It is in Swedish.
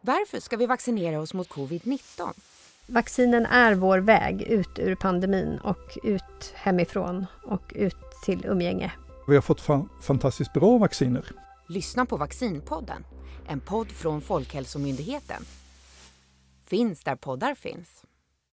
Varför ska vi vaccinera oss mot covid-19? Vaccinen är vår väg ut ur pandemin och ut hemifrån och ut till umgänge. Vi har fått fa- fantastiskt bra vacciner. Lyssna på Vaccinpodden, en podd från Folkhälsomyndigheten. Finns där poddar finns.